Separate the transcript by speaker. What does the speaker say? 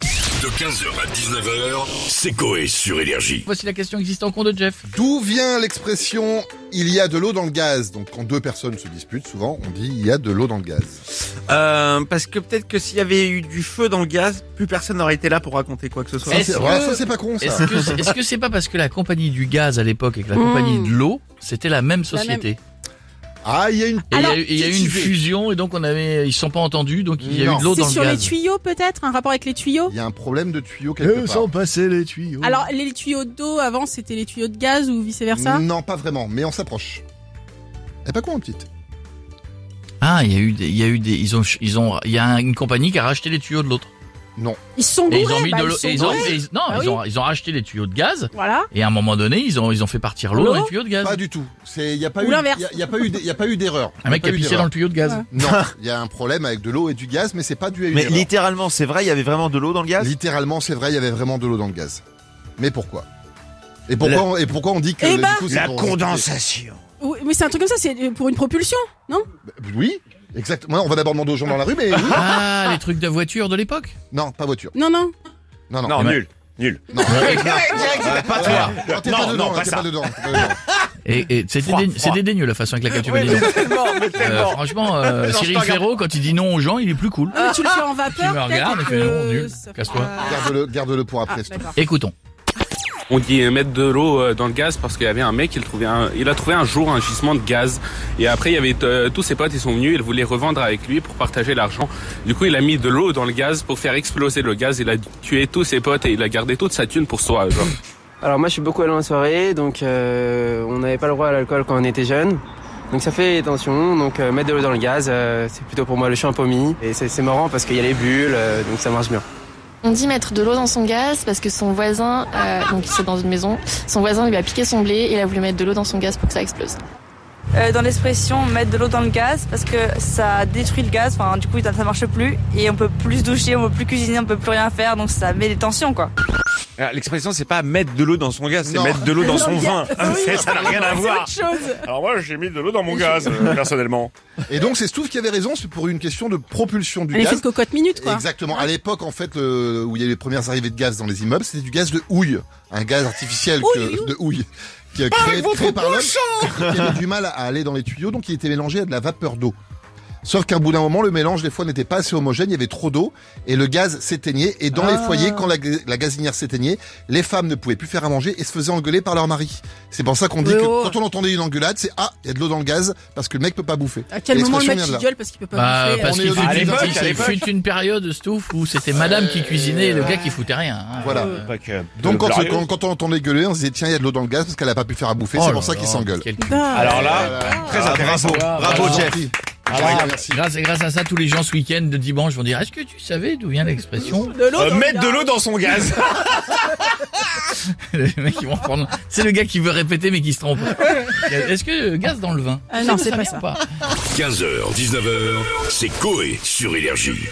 Speaker 1: De 15h à 19h, c'est Coé sur Énergie.
Speaker 2: Voici la question existante en compte de Jeff.
Speaker 3: D'où vient l'expression il y a de l'eau dans le gaz Donc quand deux personnes se disputent, souvent on dit il y a de l'eau dans le gaz.
Speaker 4: Euh, parce que peut-être que s'il y avait eu du feu dans le gaz, plus personne n'aurait été là pour raconter quoi que ce soit.
Speaker 2: Est-ce
Speaker 3: C'est-
Speaker 2: que-
Speaker 3: voilà, ça c'est pas con ça.
Speaker 2: Est-ce que c'est est-ce que c'est pas parce que la compagnie du gaz à l'époque et que la
Speaker 5: Hmm.
Speaker 2: compagnie de l'eau, c'était la même société
Speaker 3: Ah, il y a une
Speaker 2: Et il y a
Speaker 5: Alors,
Speaker 2: eu- il y, a eu une
Speaker 3: petite idée.
Speaker 2: fusion et donc on avait, ils se sont pas entendus, donc il y a eu
Speaker 3: Non.
Speaker 2: de l'eau
Speaker 5: C'est
Speaker 2: dans le
Speaker 5: sur les
Speaker 2: gaz.
Speaker 5: tuyaux peut-être, un rapport avec les tuyaux
Speaker 3: il y a un problème de tuyau quelque part.
Speaker 2: passer les tuyaux.
Speaker 5: Alors les tuyaux d'eau avant c'était les tuyaux de gaz ou vice-versa
Speaker 3: Non, pas vraiment, mais on s'approche. Elle est pas con petite.
Speaker 2: Ah, il y a eu, des, il y a eu des, ils ont, ils ont, il y a une compagnie qui a racheté les tuyaux de l'autre.
Speaker 5: Ils sont
Speaker 2: Et
Speaker 5: bourrés,
Speaker 2: ils ont mis
Speaker 5: bah,
Speaker 2: de
Speaker 5: ils
Speaker 2: l'eau.
Speaker 5: sont
Speaker 2: et ils ont-
Speaker 5: bourrés.
Speaker 2: et ils- Non,
Speaker 5: Bah
Speaker 2: ils
Speaker 5: oui.
Speaker 2: ont, ils ont racheté les tuyaux de gaz.
Speaker 5: Voilà.
Speaker 2: Et à un moment donné, ils ont, ils ont fait partir l'eau dans les
Speaker 5: L'eau
Speaker 2: tuyaux de gaz.
Speaker 3: Pas du tout. C'est il y a pas
Speaker 5: Ou
Speaker 3: eu
Speaker 5: l'inverse.
Speaker 3: il y a- il y a pas eu d- il y a pas eu d'erreur. Il y
Speaker 2: Euh, Un
Speaker 3: a
Speaker 2: mec
Speaker 3: pas
Speaker 2: qui a
Speaker 3: eu
Speaker 2: pissé dans
Speaker 3: d'erreur.
Speaker 2: le tuyau de gaz.
Speaker 5: Ouais.
Speaker 3: Non, il y a un problème avec de l'eau et du gaz, mais c'est pas dû à une
Speaker 4: Mais
Speaker 3: erreur.
Speaker 4: littéralement, c'est vrai, il y avait vraiment de l'eau dans le gaz
Speaker 3: Littéralement, c'est vrai, il y avait vraiment de l'eau dans le gaz. Mais pourquoi Et pourquoi
Speaker 4: La-
Speaker 3: on, et pourquoi on dit que
Speaker 5: Eh
Speaker 3: du
Speaker 5: ben
Speaker 3: coup, c'est
Speaker 4: La
Speaker 3: pour-
Speaker 4: condensation.
Speaker 5: Oui, mais c'est un truc comme ça, c'est pour une propulsion, non
Speaker 3: Oui, exactement. On va d'abord demander aux gens dans la rue, mais oui.
Speaker 2: Ah, les trucs de voiture de l'époque.
Speaker 3: non, pas voiture.
Speaker 5: Non, non.
Speaker 3: Non, non.
Speaker 4: Non,
Speaker 2: Mais-
Speaker 4: nul. Nul.
Speaker 3: Non.
Speaker 4: Euh, pas toi.
Speaker 3: Non, t'es
Speaker 4: Non,
Speaker 3: pas
Speaker 4: non,
Speaker 3: dedans,
Speaker 4: pas
Speaker 3: t'es
Speaker 4: ça.
Speaker 3: pas dedans, t'es pas dedans.
Speaker 2: Et, et c'est
Speaker 4: Froid,
Speaker 2: dédaigne- c'est
Speaker 4: froid.
Speaker 2: dédaigneux la façon avec laquelle tu mets les noms. Euh, franchement, euh,
Speaker 4: Non, je
Speaker 2: Cyril
Speaker 4: te regarde.
Speaker 2: Ferraud, quand il dit non aux gens, il est plus cool.
Speaker 5: Non, mais tu le fais en vapeur.
Speaker 2: Ah. me regardes
Speaker 5: peut-être,
Speaker 2: et fais, non,
Speaker 5: euh,
Speaker 2: nul,
Speaker 5: ça-
Speaker 2: casse-toi.
Speaker 5: Ah,
Speaker 3: Garde-le, garde-le pour
Speaker 5: ah,
Speaker 3: après. s'il te plaît.
Speaker 5: d'accord.
Speaker 2: Écoutons.
Speaker 6: On dit euh, mettre de l'eau euh, dans le gaz parce qu'il y avait un mec, il, trouvait un- il a trouvé un jour un gisement de gaz. Et après, il y avait euh, tous ses potes, ils sont venus, ils voulaient revendre avec lui pour partager l'argent. Du coup, il a mis de l'eau dans le gaz pour faire exploser le gaz. Il a tué tous ses potes et il a gardé toute sa thune pour soi. Genre.
Speaker 7: Alors moi je suis beaucoup allé en soirée, donc euh, on n'avait pas le droit à l'alcool quand on était jeune. Donc ça fait tension, donc euh, mettre de l'eau dans le gaz, euh, c'est plutôt pour moi le champ pommier. Et c'est c'est marrant parce qu'il y a les bulles, euh, donc ça marche bien.
Speaker 8: On dit mettre de l'eau dans son gaz parce que son voisin, euh, donc c'est dans une maison, son voisin lui a piqué son blé et il a voulu mettre de l'eau dans son gaz pour que ça explose.
Speaker 9: Euh, dans l'expression mettre de l'eau dans le gaz parce que ça détruit le gaz, enfin du coup ça ça marche plus et on peut plus se doucher, on peut plus cuisiner, on peut plus rien faire donc ça met des tensions quoi.
Speaker 4: Alors, Ah, L'expression, c'est pas mettre de l'eau dans son gaz, c'est
Speaker 3: Non.
Speaker 4: mettre de l'eau dans son
Speaker 5: le
Speaker 4: vin.
Speaker 5: gaz. Ah oui.
Speaker 4: C'est- ça n'a rien à
Speaker 5: C'est
Speaker 4: voir.
Speaker 5: autre chose.
Speaker 10: Alors moi j'ai mis de l'eau dans mon gaz euh, personnellement.
Speaker 3: Et donc, c'est Stouff qui avait raison, c'est pour une question de propulsion du
Speaker 5: Un effet
Speaker 3: gaz.
Speaker 5: de cocotte minute, quoi.
Speaker 3: Exactement. À l'époque, en fait, le- où il y a eu les premières arrivées de gaz dans les immeubles, c'était du gaz de houille, un gaz artificiel que-
Speaker 5: Houille, houille.
Speaker 3: de houille, qui a créé, créé par l'homme, qui avait du mal à aller dans les tuyaux, donc il était mélangé à de la vapeur d'eau. Sauf qu'à bout d'un moment, le mélange des fois n'était pas assez homogène, il y avait trop d'eau et le gaz s'éteignait. Et dans les
Speaker 5: Ah.
Speaker 3: foyers, quand la, la gazinière s'éteignait, les femmes ne pouvaient plus faire à manger et se faisaient engueuler par leur mari. C'est pour ça qu'on dit
Speaker 5: Mais
Speaker 3: que
Speaker 5: oh.
Speaker 3: quand on entendait une engueulade, c'est ah, il y a de l'eau dans le gaz parce que le mec peut pas bouffer.
Speaker 5: À quel
Speaker 3: Et
Speaker 5: moment le
Speaker 3: l'expression
Speaker 5: mec
Speaker 3: vient de
Speaker 5: il
Speaker 3: là.
Speaker 5: gueule parce qu'il peut pas
Speaker 2: Bah,
Speaker 5: bouffer euh,
Speaker 2: parce
Speaker 3: on est
Speaker 2: qu'il
Speaker 3: au
Speaker 2: fut,
Speaker 3: début
Speaker 2: une-
Speaker 3: de la
Speaker 2: il
Speaker 3: l'époque.
Speaker 2: fut une période stouff où c'était madame qui cuisinait et le gars qui foutait rien. hein.
Speaker 3: Euh, Voilà.
Speaker 2: Euh,
Speaker 3: Donc quand,
Speaker 10: Alors,
Speaker 3: quand, quand on entendait gueuler, on se disait tiens, il y a de l'eau dans le gaz parce qu'elle a pas pu faire à bouffer,
Speaker 2: oh
Speaker 3: c'est
Speaker 2: là
Speaker 3: pour ça Ah qu'ils
Speaker 2: là,
Speaker 3: s'engueulent.
Speaker 2: quel-
Speaker 5: Putain.
Speaker 10: Alors là, très intéressant.
Speaker 4: Bravo,
Speaker 3: Voilà.
Speaker 4: Jeff.
Speaker 3: Gentil.
Speaker 2: Grâce-
Speaker 3: merci.
Speaker 2: grâce, grâce à ça, tous les gens ce week-end de dimanche vont dire Est-ce que tu savais d'où vient l'expression
Speaker 5: De l'eau
Speaker 10: Euh,
Speaker 5: dans le
Speaker 10: mettre de
Speaker 5: gaz.
Speaker 10: l'eau dans son gaz.
Speaker 2: Les mecs, ils vont prendre- C'est le gars qui veut répéter mais qui se trompe. Est-ce que euh, gaz dans le vin
Speaker 5: Ah non, c'est pas
Speaker 2: vient
Speaker 5: ça.
Speaker 2: ou pas
Speaker 1: 15h, 19h, c'est Coé sur Énergie.